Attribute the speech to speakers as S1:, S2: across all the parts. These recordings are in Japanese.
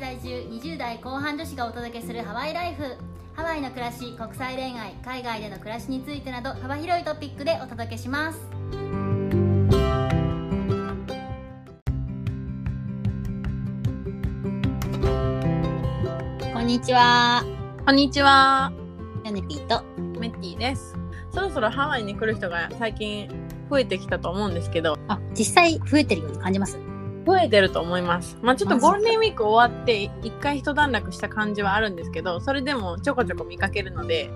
S1: 20代後半女子がお届けするハワイライフハワイの暮らし国際恋愛海外での暮らしについてなど幅広いトピックでお届けしますこんにちは
S2: こんにちは、
S1: ヨネピーと
S2: メッティです。そろそろハワイに来る人が最近増えてきたと思うんですけど、
S1: あ実際増えてるように感じます
S2: 増えてると思います。まあちょっと
S1: マジか
S2: ゴールデンウィーク終わって一回一段落した感じはあるんですけど、それでもちょこちょこ見かけるので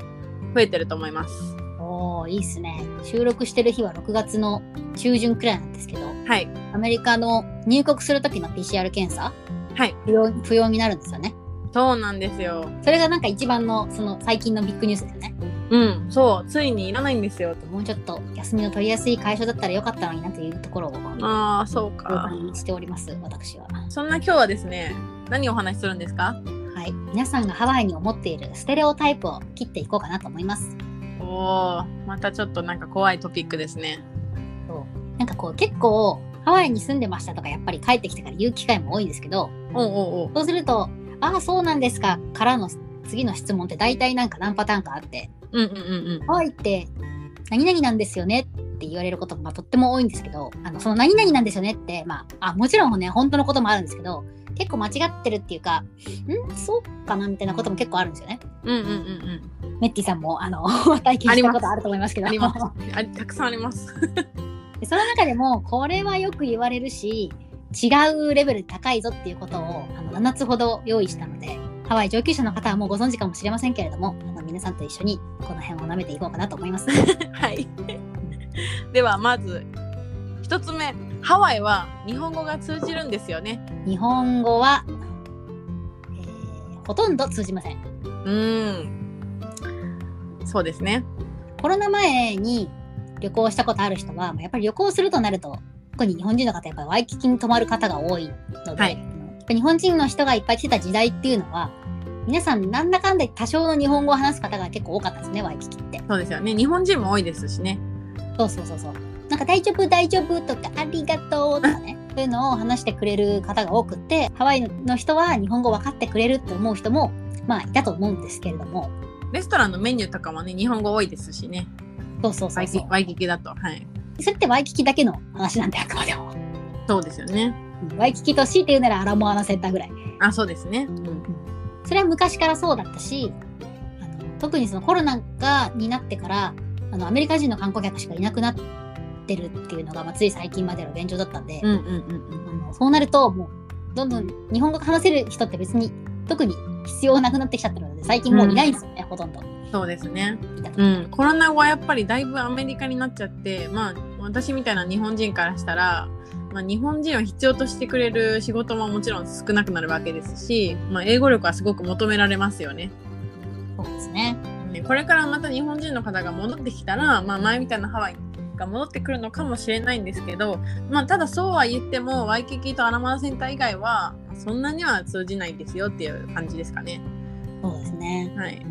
S2: 増えてると思います。
S1: おーいいっすね収録してる日は6月の中旬くらいなんですけど
S2: はい、
S1: アメリカの入国する時の PCR 検査
S2: はい、
S1: 不要不要になるんですよね
S2: そうなんですよ。
S1: それがなんか一番のその最近のビッグニュースですよね
S2: うん、そう、ついにいらないんですよ。
S1: もうちょっと休みの取りやすい会社だったらよかったのになというところを共
S2: ああ、そうか。
S1: 感しております私は
S2: そんな今日はですね、何をお話しするんですか
S1: はい皆さんがハワイに思っているステレオタイプを切っていこうかなと思います
S2: おお、またちょっとなんか怖いトピックですね。
S1: なんかこう結構ハワイに住んでましたとかやっぱり帰ってきてから言う機会も多いんですけど
S2: おうおうおう。
S1: そうすると「ああそうなんですか」からの次の質問って大体なんか何パターンかあって
S2: うんうんうんうん。
S1: ハワイって何々なんですよねって言われることも、まあ、とっても多いんですけどあのその何々なんですよねって、まあ、あもちろんね本当のこともあるんですけど結構間違ってるっていうかんそうかなみたいなことも結構あるんですよね。
S2: うんうんうんうん。
S1: メッティさんもあの 体験したことあると思いますけど
S2: あります。 ありたくさんあります。
S1: でその中でもこれはよく言われるし違うレベル高いぞっていうことをあの7つほど用意したのでハワイ上級者の方はもうご存知かもしれませんけれどもあの皆さんと一緒にこの辺を舐めていこうかなと思います。
S2: はい。ではまず一つ目、ハワイは日本語が通じるんですよね。
S1: 日本語は、えーほとんど通じません。
S2: うーん。そうですね。
S1: コロナ前に旅行したことある人は、まあやっぱり旅行するとなると、特に日本人の方、やっぱりワイキキに泊まる方が多いので、
S2: はい
S1: やっぱ日本人の人がいっぱい来てた時代っていうのは、皆さんなんだかんだ多少の日本語を話す方が結構多かったですね、ワイキキって。
S2: そうですよね。日本人も多いですしね。
S1: そうそうそうそう。なんか大丈夫大丈夫とかありがとうとか ね。そういうのを話してくれる方が多くて、ハワイの人は日本語分かってくれると思う人も、まあいたと思うんですけれども、
S2: レストランのメニューとかもね、日本語多いですしね。
S1: そうそうそ
S2: ワ
S1: う
S2: イ
S1: そ
S2: キ
S1: う。
S2: ワイキキだと。はい。
S1: それってワイキキだけの話なんであくまでも。
S2: そうですよね。
S1: うんワイキキと強いて言うならアラモアナセンターぐらい。
S2: あ、そうですね。うん。
S1: それは昔からそうだったし、あの特にそのコロナがになってからあのアメリカ人の観光客しかいなくなってるっていうのが、まあ、つい最近までの現状だったんで
S2: う、んうんうん
S1: あのそうなるともうどんどん日本語が話せる人って別に特に必要なくなってきちゃってるので最近もういないんですよね、ほとんど。
S2: うん。そうですね。
S1: いたと
S2: うん、コロナ後はやっぱりだいぶアメリカになっちゃって、まあ、私みたいな日本人からしたら、まあ、日本人を必要としてくれる仕事ももちろん少なくなるわけですし、まあ、英語力はすごく求められますよね。
S1: そうですね。
S2: ねこれからまた日本人の方が戻ってきたら、まあ、前みたいなハワイが戻ってくるのかもしれないんですけど、まあ、ただそうは言ってもワイキキとアラマダセンター以外はそんなには通じないですよっていう感じですかね。
S1: そうですね。
S2: はい、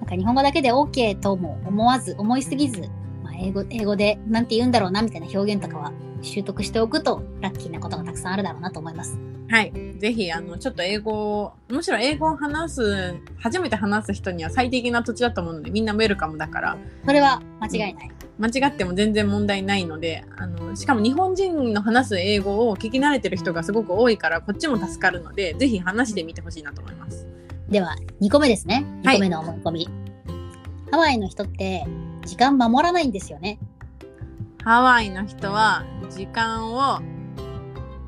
S1: なんか日本語だけで OK とも思わず、思いすぎず、まあ、英語英語でなんて言うんだろうなみたいな表現とかは習得しておくとラッキーなことがたくさんあるだろうなと思います。
S2: はい、ぜひあのちょっと英語をむしろ英語を話す初めて話す人には最適な土地だと思うのでみんなウェルカムだから
S1: それは間違いない。
S2: 間違っても全然問題ないのであのしかも日本人の話す英語を聞き慣れてる人がすごく多いからこっちも助かるのでぜひ話してみてほしいなと思います。
S1: では、2個目ですね。
S2: は
S1: 2
S2: い
S1: 個目の思い込み。ハワイの人って時間守らないんですよね。
S2: ハワイの人は時間を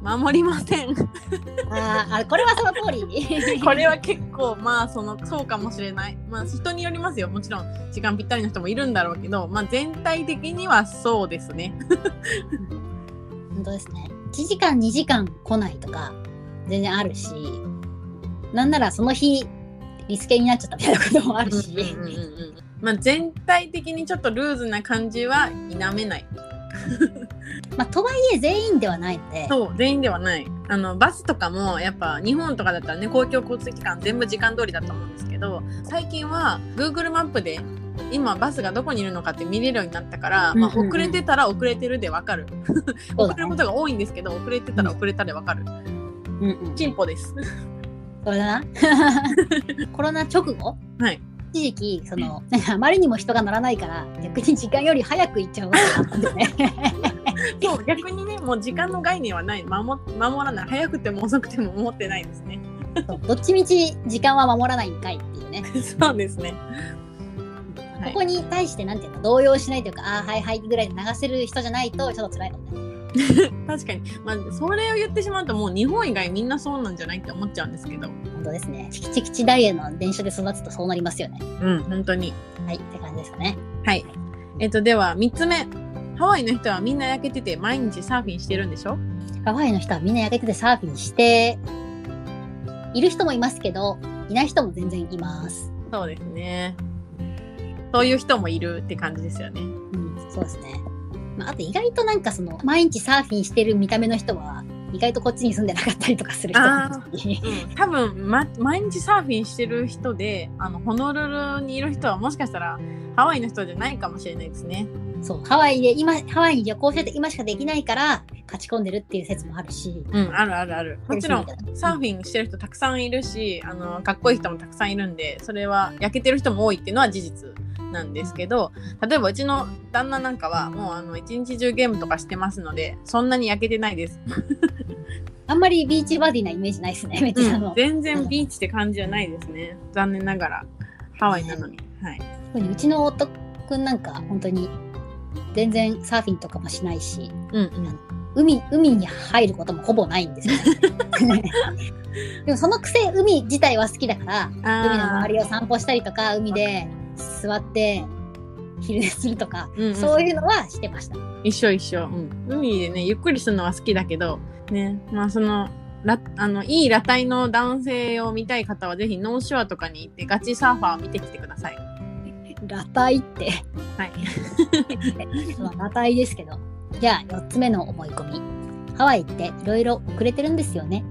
S2: 守りません
S1: あーあ、これはその通 り。
S2: これは結構まあそのそうかもしれないまあ人によりますよもちろん時間ぴったりの人もいるんだろうけどまあ全体的にはそうですね
S1: 本当ですね。1時間、2時間来ないとか全然あるし、なんならその日、リスケになっちゃったみたいなこともあるし。
S2: うんうんうんうんまあ、全体的にちょっとルーズな感じは否めない
S1: まあ、とはいえ全員ではないので、
S2: そう全員ではないあのバスとかもやっぱ日本とかだったらね公共交通機関全部時間通りだと思うんですけど最近は Google マップで今バスがどこにいるのかって見れるようになったから、まあ、
S1: うんうんうん
S2: 遅れてたら遅れてるでわかる、
S1: そう
S2: 遅れることが多いんですけど遅れてたら遅れたでわかる
S1: うんうん
S2: 進歩です
S1: これ だなコロナ直後、
S2: はい
S1: 一時期そのなんかあまりにも人が乗らないから逆に時間より早く行っちゃうわけだったんで ね
S2: そう 逆にねもう時間の概念はない守守らない早くても遅くても守ってないですね
S1: そうどっちみち時間は守らないんかいっていうね、
S2: そうですねはい
S1: ここに対してなんていうの動揺しないというかああはいはいぐらいで流せる人じゃないとちょっと辛いかもね
S2: 確かにまあそれを言ってしまうともう日本以外みんなそうなんじゃないって思っちゃうんですけど
S1: 本当ですねチキチキチダイエの電車で育つとそうなりますよね
S2: うん本当に
S1: はいって感じですかね
S2: はいえっとでは3つ目ハワイの人はみんな焼けてて毎日サーフィンしてるんでしょ
S1: ハワイの人はみんな焼けててサーフィンしている人もいますけどいない人も全然います
S2: そうですねそういう人もいるって感じですよね
S1: うん、そうですね。まあ、あと意外となんかその、毎日サーフィンしてる見た目の人は、意外とこっちに住んでなかったりとかする人もいるし
S2: うん多分、ま、毎日サーフィンしてる人であのホノルルにいる人はもしかしたらハワイの人じゃないかもしれないですね。
S1: そう、ハワイで今、ハワイに旅行してて今しかできないから、勝ち込んでるっていう説もあるし。
S2: うん、あるあるある。もちろんサーフ
S1: ィン。
S2: ィンしてる人たくさんいるしあのかっこいい人もたくさんいるんでそれは焼けてる人も多いっていうのは事実なんですけど例えばうちの旦那なんかはもうあの一日中ゲームとかしてますのでそんなに焼けてないです。
S1: あんまりビーチバディなイメージないですね、めっちゃあの。
S2: 全然ビーチって感じじゃないですね残念ながらハワイなのに。はい
S1: 特にうちの夫くんなんか、本当に、全然サーフィンとかもしないし、
S2: うんうん、
S1: 海、海に入ることもほぼないんです よね。でもそのくせ、海自体は好きだから、海の周りを散歩したりとか海で座って昼寝するとか、
S2: り
S1: そういうのはしてました
S2: 一緒一緒、うん、海でねゆっくりするのは好きだけどねまあそのラあのいい裸体の男性を見たい方はぜひノーショアとかに行ってガチサーファーを見てきてください
S1: 裸体って
S2: はい
S1: まあ裸体ですけどじゃあ4つ目の思い込みハワイっていろいろ遅れてるんですよね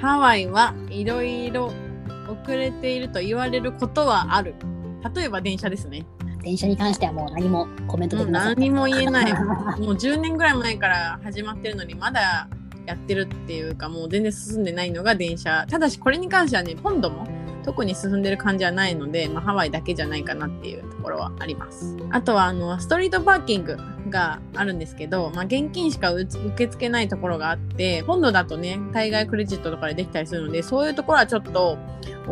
S2: ハワイはいろいろ遅れていると言われることはある例えば電車ですね
S1: 電車に関してはもう何もコメント
S2: も
S1: でき
S2: う
S1: ません
S2: 何も言えない
S1: は
S2: もう10年ぐらい前から始まってるのにまだやってるっていうかもう全然進んでないのが電車ただしこれに関してはねポンドも特に進んでる感じはないので、まあ、ハワイだけじゃないかなっていうところはありますあとはあのストリートパーキングがあるんですけど、まあ、現金しかう受け付けないところがあってポンドだとね対外クレジットとかでできたりするのでそういうところはちょっと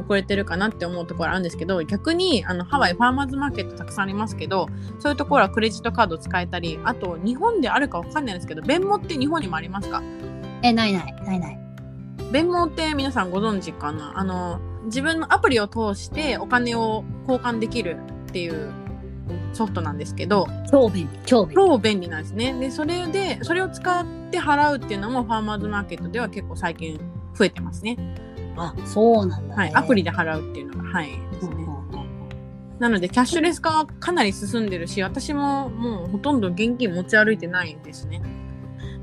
S2: 遅れてるかなって思うところあるんですけど逆にあのハワイファーマーズマーケットたくさんありますけどそういうところはクレジットカード使えたりあと日本であるかわかんないですけど弁護って日本にもありますか
S1: えないないないない
S2: 弁護って皆さんご存知かなあの自分のアプリを通してお金を交換できるっていうソフトなんですけど
S1: 超便利超便利
S2: 超便利なんですねでそれでそれを使って払うっていうのもファーマーズマーケットでは結構最近増えてますね
S1: あそうなんだ、ね
S2: はいアプ
S1: リ
S2: リで払うっていうのがはいで
S1: う
S2: す
S1: んう
S2: ね
S1: んうん
S2: なのでキャッシュレス化はかなり進んでるし私ももうほとんど現金持ち歩いてないですね。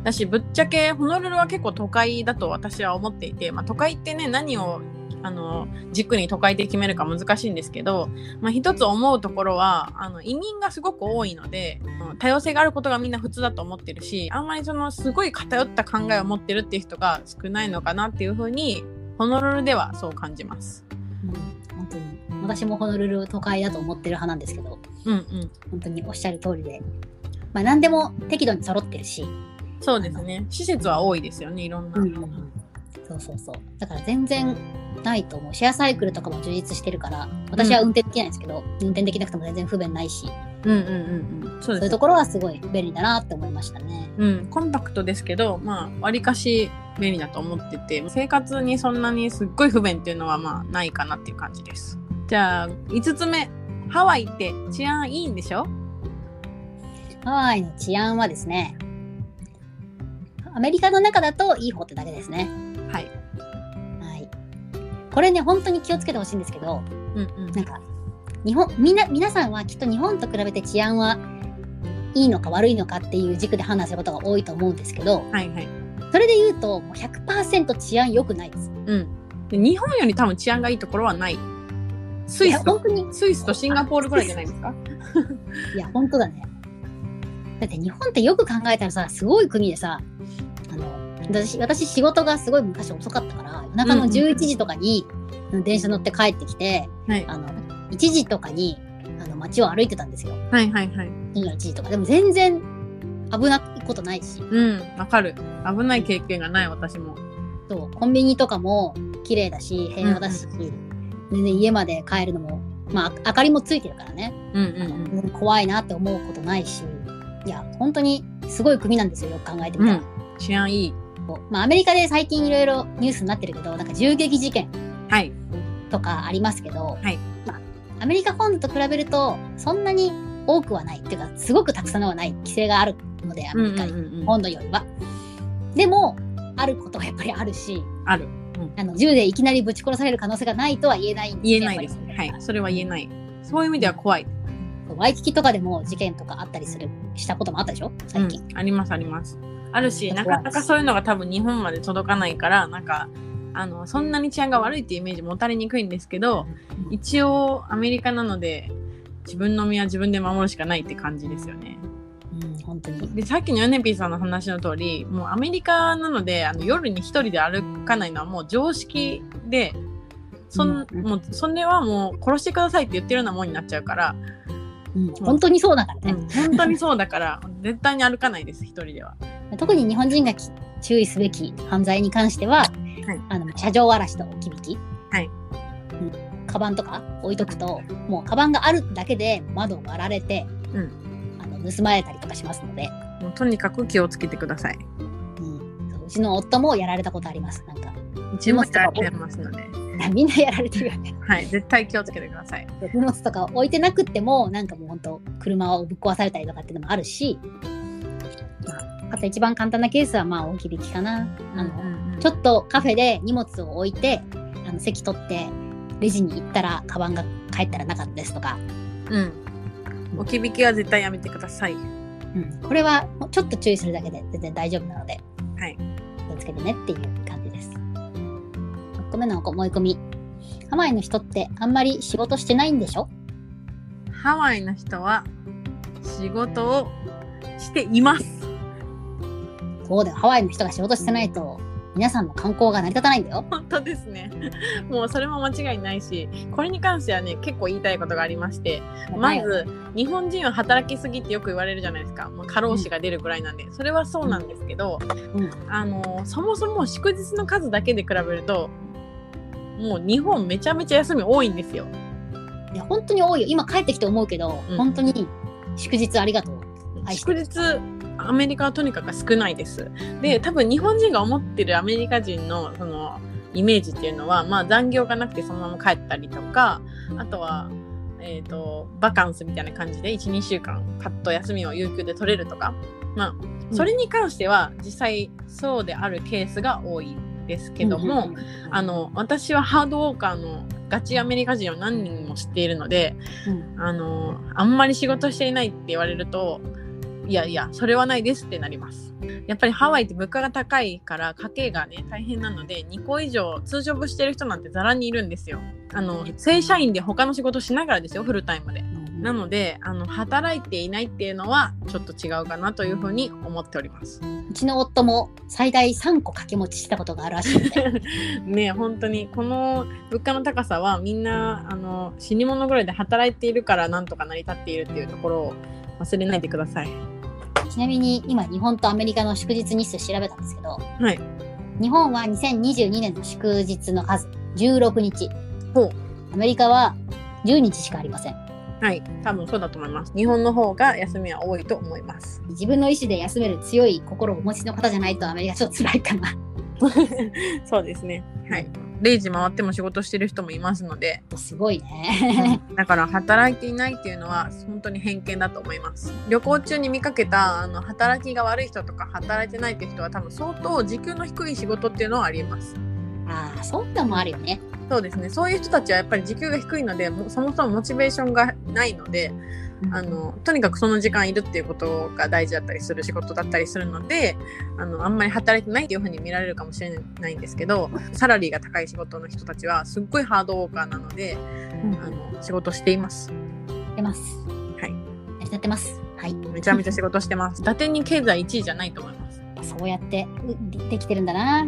S2: だしぶっちゃけホノルルは結構都会だと私は思っていて、まあ、都会ってね何をあの軸に都会で決めるか難しいんですけど、まあ、一つ思うところはあの移民がすごく多いのでうん多様性があることがみんな普通だと思ってるしあんまりそのすごい偏った考えを持ってるっていう人が少ないのかなっていうふうにホノルルではそう感じます。
S1: うん本当に私もホノルル都会だと思ってる派なんですけど
S2: うんうん、
S1: 本当におっしゃる通りで、まあ、何でも適度に揃ってるし、
S2: そうですね施設は多いですよねいろんな。
S1: そうそうそうだから全然ないと思うシェアサイクルとかも充実してるから私は運転できないんですけど、運転できなくても全然不便ないし
S2: うんうんうんうん。そ
S1: そうい
S2: うで
S1: う
S2: すね。
S1: ところはすごい便利だなって思いましたね
S2: うん、コンパクトですけど、まあ、わりかし便利だと思ってて、生活にそんなにすっごい不便っていうのは、まあ、ないかなっていう感じです。じゃあ、5つ目。ハワイって治安いいんでしょ
S1: ハワイの治安はですねアメリカの中だといい方ってだけですね
S2: はい。
S1: はいこれね本当に気をつけてほしいんですけど
S2: うんうん。
S1: なんか日本みんな皆さんはきっと日本と比べて治安はいいのか悪いのかっていう軸で判断することが多いと思うんですけど、
S2: はいはい。
S1: それで言うと、もう100%治安良くないです。
S2: うん。で日本より多分治安がいいところはない。スイ
S1: いや
S2: スと
S1: 本、当に、
S2: スイスとシンガポールぐらいじゃないですか
S1: いや、本当だね。だって日本ってよく考えたらさ、すごい国でさ、あの、私私仕事がすごい昔遅かったから夜中の11時とかに電車乗って帰ってきて、
S2: はい
S1: あの1時とかにあの街を歩いてたんですよ
S2: はいはいはい。
S1: 深夜1時とかでも全然危ないことないし
S2: うん、わかる。危ない経験がない私も。
S1: そうコンビニとかも綺麗だし平和だし、全然家まで帰るのも、まあ、明かりもついてるからね、
S2: うんうん
S1: 全然怖いなって思うことないしいや本当にすごい国なんですよよく考えてみたら、
S2: うん。治安いい。
S1: こうまあ、アメリカで最近いろいろニュースになってるけどなんか銃撃事件
S2: はい。
S1: とかありますけど、
S2: はい
S1: まあ、アメリカ本土と比べるとそんなに多くはないっていうかすごくたくさんはない規制があるのでア
S2: うん
S1: メ
S2: う
S1: リカ
S2: んうんうん。
S1: 本土よりは。でもあることがやっぱりあるし
S2: ある。
S1: あの銃でいきなりぶち殺される可能性がないとは言えないん
S2: 言
S1: よ
S2: えないです。
S1: やっぱ
S2: は
S1: り
S2: い。それは言えない。そういう意味では怖い。
S1: ワイキキとかでも事件とかあったりするしたこともあったでしょ最近、
S2: うん、ありますありますあるし
S1: 怖
S2: ないかなかそういうのが多分日本まで届かないからなんかあのそんなに治安が悪いっていうイメージ持たれにくいんですけど
S1: うん
S2: 一応アメリカなので自分の身は自分で守るしかないって感じですよね。
S1: うん本当に
S2: でさっきのヨネピーさんの話の通りもうアメリカなのであの夜に一人で歩かないのはもう常識でそん、
S1: うん
S2: もうそれはもう殺してくださいって言ってるようなもんになっちゃうから、
S1: うん本当にそうだから
S2: う
S1: ね、
S2: ん本当にそうだから絶対に歩かないです一人では。
S1: 特に日本人がき注意すべき犯罪に関しては、あの車上荒らしと置き引き、
S2: はい
S1: うん、カバンとか置いとくともうカバンがあるだけで窓を割られて、
S2: うん
S1: あの盗まれたりとかしますので、
S2: もうとにかく気をつけてください。
S1: うん、そううちの夫もやられたことありますなんか
S2: 一問やられますので、
S1: みんなやられてるよね
S2: はい、絶対気をつけてください。
S1: 荷物とか置いてなくってもなんかもうほんと車をぶっ壊されたりとかっていうのもあるしあと一番簡単なケースはまあ置き引きかな。あのちょっとカフェで荷物を置いて、あの席取って、レジに行ったら、カバンが帰ったらなかったですとか、
S2: うん、置き引きは絶対やめてください。
S1: うん、これはもうちょっと注意するだけで全然大丈夫なので、
S2: はい、
S1: 気をつけてねっていう感じです。6個目の思い込み。ハワイの人ってあんまり仕事してないんでしょ
S2: ハワイの人は仕事をしています。
S1: そうだよ、ハワイの人が仕事してないと、皆さんの観光が成り立たないんだよ。
S2: 本当ですね。 もうそれも間違いないし、これに関してはね、結構言いたいことがありまして、ま
S1: はい、
S2: ず日本人は働きすぎってよく言われるじゃないですか、まあ、過労死が出るぐらいなんで、それはそうなんですけど、
S1: うん
S2: あのそもそも祝日の数だけで比べるともう日本めちゃめちゃ休み多いんですよ。
S1: いや、本当に多いよ。今帰ってきて思うけど、
S2: うん
S1: 本当に祝日ありがとう。はい
S2: 祝日アメリカはとにかく少ないです。で多分日本人が思ってるアメリカ人のそのイメージっていうのは、まあ、残業がなくてそのまま帰ったりとかあとは、えー、とバカンスみたいな感じで12週間パッと休みを有給で取れるとか、まあ、それに関しては実際そうであるケースが多いですけども、
S1: うんうんうん
S2: あの私はハードウォーカーのガチアメリカ人を何人も知っているので、
S1: うん
S2: あのあんまり仕事していないって言われるといやいやそれはないですってなりますやっぱりハワイって物価が高いから家計がね大変なので2個以上通常部してる人なんてざらにいるんですよあの正社員で他の仕事しながらですよフルタイムでなのであの働いていないっていうのはちょっと違うかなというふうに思っております
S1: うちの夫も最大3個掛け持ちしたことがあるらしい ので
S2: ね本当にこの物価の高さはみんなあの死に物ぐらいで働いているからなんとか成り立っているっていうところを忘れないでください
S1: ちなみに今日本とアメリカの祝日日数調べたんですけど、
S2: はい
S1: 日本は2022年の祝日の数16日
S2: ほう
S1: アメリカは10日しかありません
S2: はい、多分そうだと思います。日本の方が休みは多いと思います。
S1: 自分の意思で休める強い心をお持ちの方じゃないとアメリカちょっと辛いかな
S2: そうですね。はい。0時回っても仕事してる人もいますので、
S1: すごいね
S2: だから働いていないっていうのは本当に偏見だと思います。旅行中に見かけたあの働きが悪い人とか働いてないって人は多分相当時給の低い仕事っていうのはあります。
S1: ああそんなんもあるよね
S2: そうですね。そういう人たちはやっぱり時給が低いので、もうそもそもモチベーションがないので、あのとにかくその時間いるっていうことが大事だったりする仕事だったりするのであのあんまり働いてないっていうふうに見られるかもしれないんですけどサラリーが高い仕事の人たちはすっごいハードウォーカーなので
S1: うん
S2: あの仕事しています
S1: やってます
S2: は
S1: 成
S2: い
S1: り立ってますはい
S2: めちゃめちゃ仕事してます伊達に経済1位じゃないと思います
S1: そうやってうできてるんだな。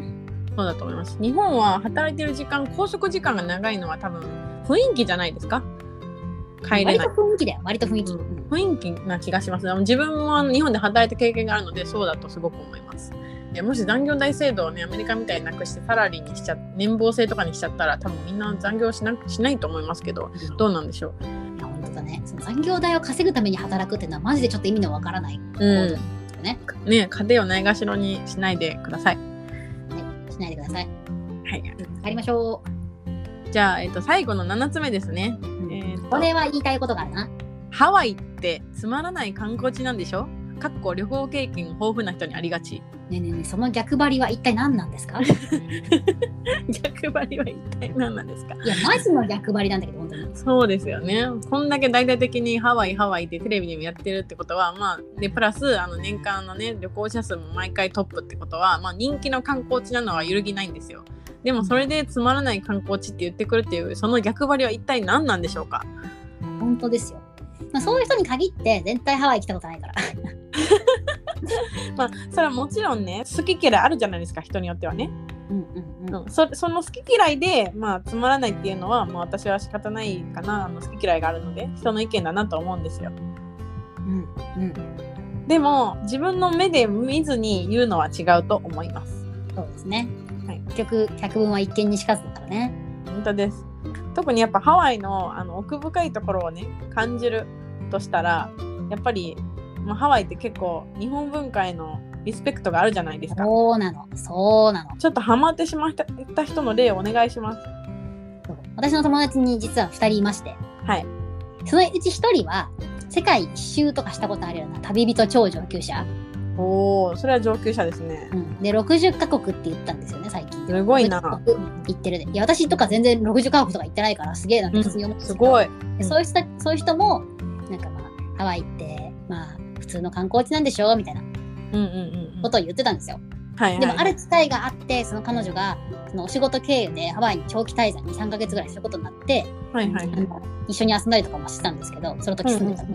S2: そうだと思います。日本は働いてる時間、拘束時間が長いのは多分雰囲気じゃないですか帰れ
S1: 割
S2: な
S1: と
S2: い。
S1: 雰囲気だよ、割と雰囲気。
S2: う
S1: うん
S2: 雰囲気な気がします。あの自分もあの日本で働いた経験があるので、そうだとすごく思います。でもし残業代制度をね、アメリカみたいになくして、サラリーにしちゃ、年俸制とかにしちゃったら、多分みんな残業しなくしないと思いますけど、どうなんでしょう。
S1: いや本当だね。その残業代を稼ぐために働くっていうのはマジでちょっと意味のわからない行動
S2: う
S1: で
S2: ん
S1: すよね。
S2: ね、家庭をないがしろにしないでください。
S1: はい、しないでください。
S2: はい。
S1: 帰りましょ
S2: じゃあ、えっと、最後の7つ目ですね。
S1: う。うん
S2: えーと
S1: これは言いたいことがあるな。
S2: ハワイってつまらない観光地なんでしょかっこ旅行経験豊富な人にありがち。
S1: ねえねえねえその逆張りは一体何なんですかい
S2: 逆張りは一体何なんですか
S1: や、マジの逆張りなんだけど、本当に。
S2: そうですよね。こんだけ大々的にハワイハワイでテレビでもやってるってことは、まあ、で、プラス、あの、年間のね、旅行者数も毎回トップってことは、まあ、人気の観光地なのは揺るぎないんですよ。でも、それでつまらない観光地って言ってくるっていう、その逆張りは一体何なんでしょうか
S1: 本当ですよ。まあ、そういう人に限って、絶対ハワイ来たことないから。
S2: まあ、それはもちろんね、好き嫌いあるじゃないですか、人によってはね。
S1: うんうんうん。
S2: うん、そその好き嫌いで、まあ、つまらないっていうのは、まあ、私は仕方ないかなあの好き嫌いがあるので人の意見だなと思うんですよ
S1: うんうん。
S2: でも自分の目で見ずに言うのは違うと思います
S1: そうですね。
S2: はい
S1: 結局、百聞は一見にしかずだからね。
S2: 本当です特にやっぱハワイのあの奥深いところをね感じるとしたらやっぱり、まあ、ハワイって結構日本文化へのリスペクトがあるじゃないですか
S1: そうなの。そうなの。
S2: ちょっとハマってしまったった人の例をお願いします
S1: そう私の友達に実は二人いまして。
S2: はい
S1: そのうち一人は、世界一周とかしたことあるような旅人超上級者。
S2: おおそれは上級者ですね
S1: うん、で、60カ国って言ったんですよね、最近。
S2: すごいな
S1: 60カ国行ってるで。いや、私とか全然60カ国とか行ってないから、すげえなって普通に思って
S2: すご
S1: い。
S2: い
S1: でそういう人たそういう人も、なんかまあ、ハワイって、まあ、普通の観光地なんでしょみたいな
S2: うんうんうん、う
S1: こ
S2: ん
S1: とを言ってたんですよ。
S2: はいはい
S1: でも、ある機会があって、その彼女が、そのお仕事経由でハワイに長期滞在に3ヶ月ぐらいすることになって、
S2: はいはい
S1: あの一緒に遊んだりとかもしてたんですけど、その時住んでたの。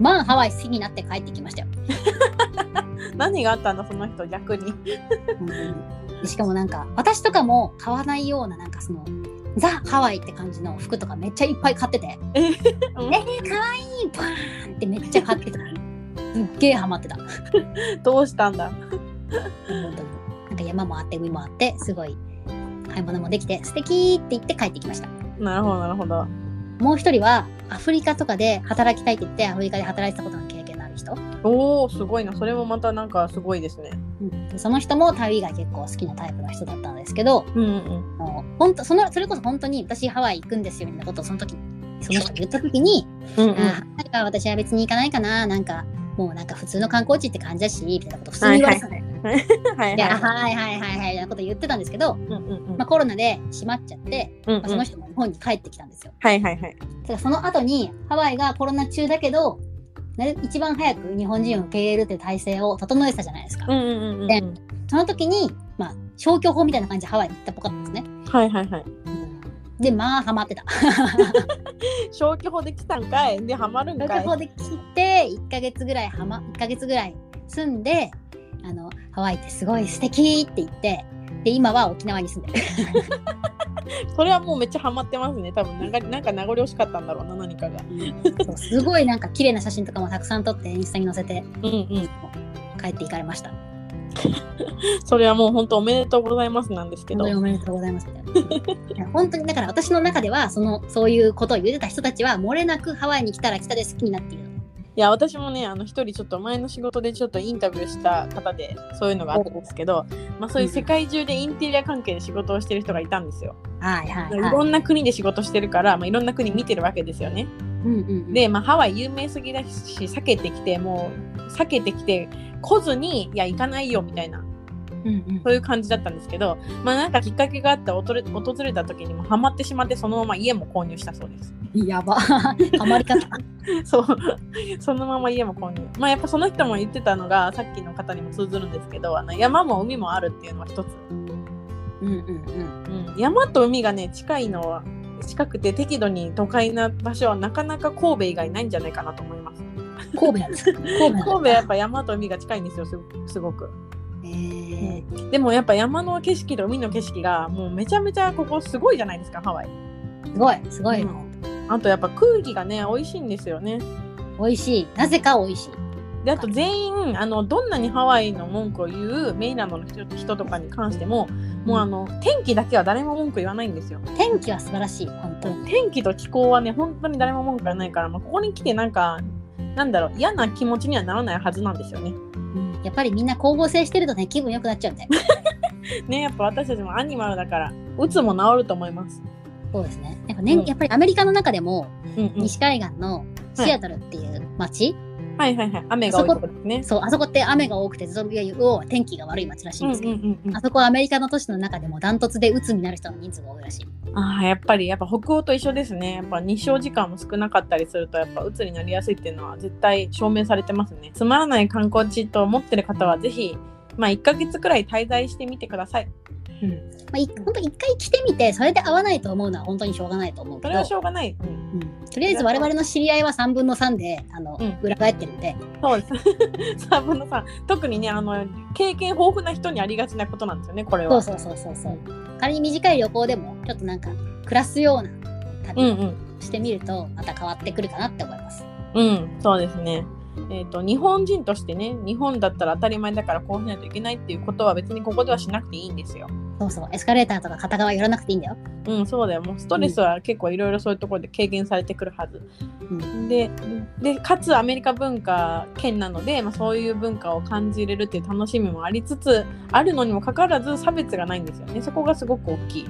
S1: まあ、ハワイ好きになって帰ってきましたよ。
S2: 何があったんだその人逆に
S1: でしかもなんか、私とかも買わないような、なんかその、ザ・ハワイって感じの服とかめっちゃいっぱい買ってて、
S2: えへへ
S1: えー、かわいいバーンってめっちゃ買ってた。すっげえハマってた。本
S2: どうしたんだ
S1: 当になんか山もあって、海もあって、すごい買い物もできて、素敵って言って帰ってきました。
S2: なるほどなるほど
S1: もう一人は、アフリカとかで働きたいって言って、アフリカで働いてたことの経験のある人。
S2: おおすごいなそれもまたなんかすごいですね
S1: うんでその人も旅が結構好きなタイプの人だったんですけど、
S2: うんうん
S1: もう本当そのそれこそ本当に私ハワイ行くんですよみたいなことをその時にその人が言った時に、
S2: うんう
S1: あーハワイは私は別に行かないかな、なんかもうなんか普通の観光地って感じだし、みたいなこと普通に言われてたのよ。
S2: はい
S1: であはいはいはいはい、みたいなこと言ってたんですけど、
S2: うんうんうん
S1: まあ、コロナで閉まっちゃって、
S2: うん
S1: まあ、その人も日本に帰ってきたんですよ。
S2: はいはいはい
S1: ただその後にハワイがコロナ中だけど、なる一番早く日本人を受け入れるっていう体制を整えてたじゃないですか。
S2: うんうんうんうん
S1: でその時に、まあ、消去法みたいな感じでハワイに行ったっぽかったんですね。
S2: はいはいはい
S1: で、まあ、ハマってた。
S2: 消去法できたんかいでハマるん
S1: 消
S2: か
S1: 去
S2: い
S1: 法で来て、1ヶ月ぐらいハマ、1ヶ月ぐらい住んで、あの、ハワイってすごい素敵って言って、で、今は沖縄に住んでる。
S2: それはもうめっちゃハマってますね多分なんかなんか名残惜しかったんだろうな何かが
S1: そうすごいなんか綺麗な写真とかもたくさん撮って、インスタに載せて、
S2: うんうん
S1: 帰っていかれました。
S2: それはもう本当おめでとうございますなんですけ
S1: 本
S2: ど
S1: 当におめでとうございますみたいな。いや本当に、だから私の中では、その、そういうことを言ってた人たちは、漏れなくハワイに来たら来たで好きになっている。
S2: いや私もねあの一人ちょっと前の仕事でちょっとインタビューした方でそういうのがあったんですけど、まあ、そういう世界中でインテリア関係で仕事をしてる人がいたんですよ。
S1: はいはい
S2: い
S1: はい。
S2: ろんな国で仕事してるから、まあ、いろんな国見てるわけですよね。
S1: うんうんうん、
S2: で、まあ、ハワイ有名すぎだし避けてきてもう避けてきて来ずにいや行かないよみたいな
S1: うんうん
S2: そういう感じだったんですけど、まあ、なんかきっかけがあって訪れ訪れた時にもハマってしまってそのまま家も購入したそうです。
S1: やば。ハマり方。
S2: そう。 そのまま家も購入。まあやっぱその人も言ってたのが、さっきの方にも通ずるんですけど、あの山も海もあるっていうのは一つ。
S1: うんうんうん。
S2: うん。山と海がね、近いのは、近くて適度に都会な場所はなかなか神戸以外ないんじゃないかなと思います。
S1: 神戸なんですか神戸なんだ
S2: 神戸はやっぱ山と海が近いんですよ、すごすごく。
S1: えー
S2: でもやっぱ山の景色と海の景色がもうめちゃめちゃここすごいじゃないですかハワイ
S1: すごい、すごい、
S2: うんあとやっぱ空気がね美味しいんですよね
S1: 美味しい。なぜか美味しい。
S2: であと全員あのどんなにハワイの文句を言うメイランドの人人とかに関してももうあの天気だけは誰も文句言わないんですよ
S1: 天気は素晴らしい、本当に。
S2: 天気と気候はね本当に誰も文句がないから、まあ、ここに来てなんかなんだろう嫌な気持ちにはならないはずなんですよね
S1: うんやっぱりみんな光合成してるとね、気分良くなっちゃうんで。
S2: ねやっぱ私たちもアニマルだから鬱も治ると思います
S1: そうですね。やっぱ,、
S2: うん
S1: やっぱりアメリカの中でも、
S2: うんうん
S1: 西海岸のシアトルっていう街、
S2: はいはいはい雨が多いとこですね
S1: そう、あそこって雨が多くて、ゾンビを天気が悪い街らしいんですけど、
S2: んうん
S1: あそこはアメリカの都市の中でもダントツで鬱になる人の人数が多いらしい。
S2: ああやっぱりやっぱ北欧と一緒ですねやっぱ日照時間も少なかったりするとやっぱ鬱になりやすいっていうのは絶対証明されてますねつまらない観光地と思ってる方はぜひまあ1ヶ月くらい滞在してみてください、うん、
S1: まあ、い本当一回来てみて、それで合わないと思うのは本当にしょうがないと思う
S2: そ
S1: け
S2: れ
S1: ど
S2: は、しょうがない、うん、
S1: うんとりあえず我々の知り合いは3分の3で、あの、
S2: うん
S1: 裏返ってるんで、
S2: そうです さあ文野さん特にねあの経験豊富な人にありがちなことなんですよねこれ
S1: そう
S2: は
S1: そうそうそうそう。仮に短い旅行でも、ちょっとなんか、暮らすような旅
S2: うん
S1: を
S2: うん
S1: してみると、また変わってくるかなって思います。
S2: うん、そうですね。えっと日本人としてね日本だったら当たり前だからこうしないといけないっていうことは別にここではしなくていいんですよ。
S1: そうそう、エスカレーターとか片側寄らなくていいんだよ。
S2: うんそうだよもうストレスは結構いろいろそういうところで軽減されてくるはず。
S1: うん
S2: ででかつアメリカ文化圏なので、まあ、そういう文化を感じれるっていう楽しみもありつつあるのにもかかわらず差別がないんですよねそこがすごく大きい。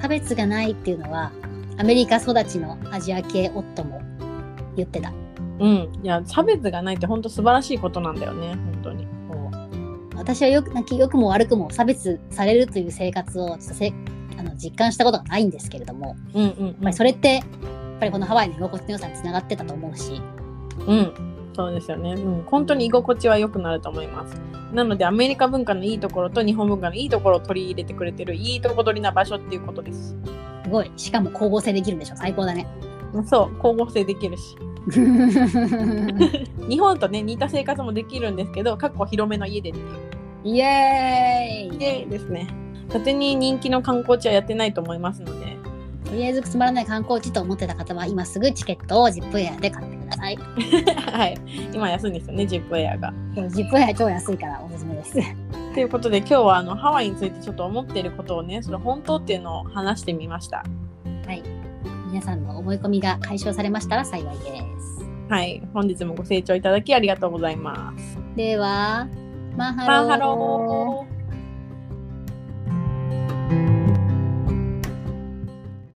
S1: 差別がないっていうのは、アメリカ育ちのアジア系夫も言ってた。
S2: うんいや差別がないって本当素晴らしいことなんだよね本当に。
S1: こう私はよくなんか良くも悪くも差別されるという生活をちょっとせあの実感したことがないんですけれども、
S2: うんうん
S1: やっぱりそれってやっぱりこのハワイの居心地の良さにつながってたと思うし、
S2: うん、そうですよね。うん、本当に居心地は良くなると思います。なのでアメリカ文化のいいところと日本文化のいいところを取り入れてくれてるいいとこ取りな場所っていうことです。
S1: すごいしかも光合成できるんでしょ最高だ ね。
S2: そう、光合成できるし、日本とね似た生活もできるんですけど、かっこ広めの家でっていう
S1: イエーイ
S2: 家ですね。縦に人気の観光地はやってないと思いますので、
S1: とりあえずつまらない観光地と思ってた方は今すぐチケットをジップエアで買ってください。
S2: はい、今安いんですよね、ジップエアが。
S1: ジップエア超安いからおすすめです。
S2: ということで今日はあのハワイについてちょっと思っていることをね、それ本当っていうのを話してみました。
S1: はい。皆さんの思い込みが解消されましたら幸いです。
S2: はい、本日もご清聴いただきありがとうございます。
S1: では、マハロー。
S2: マハロー。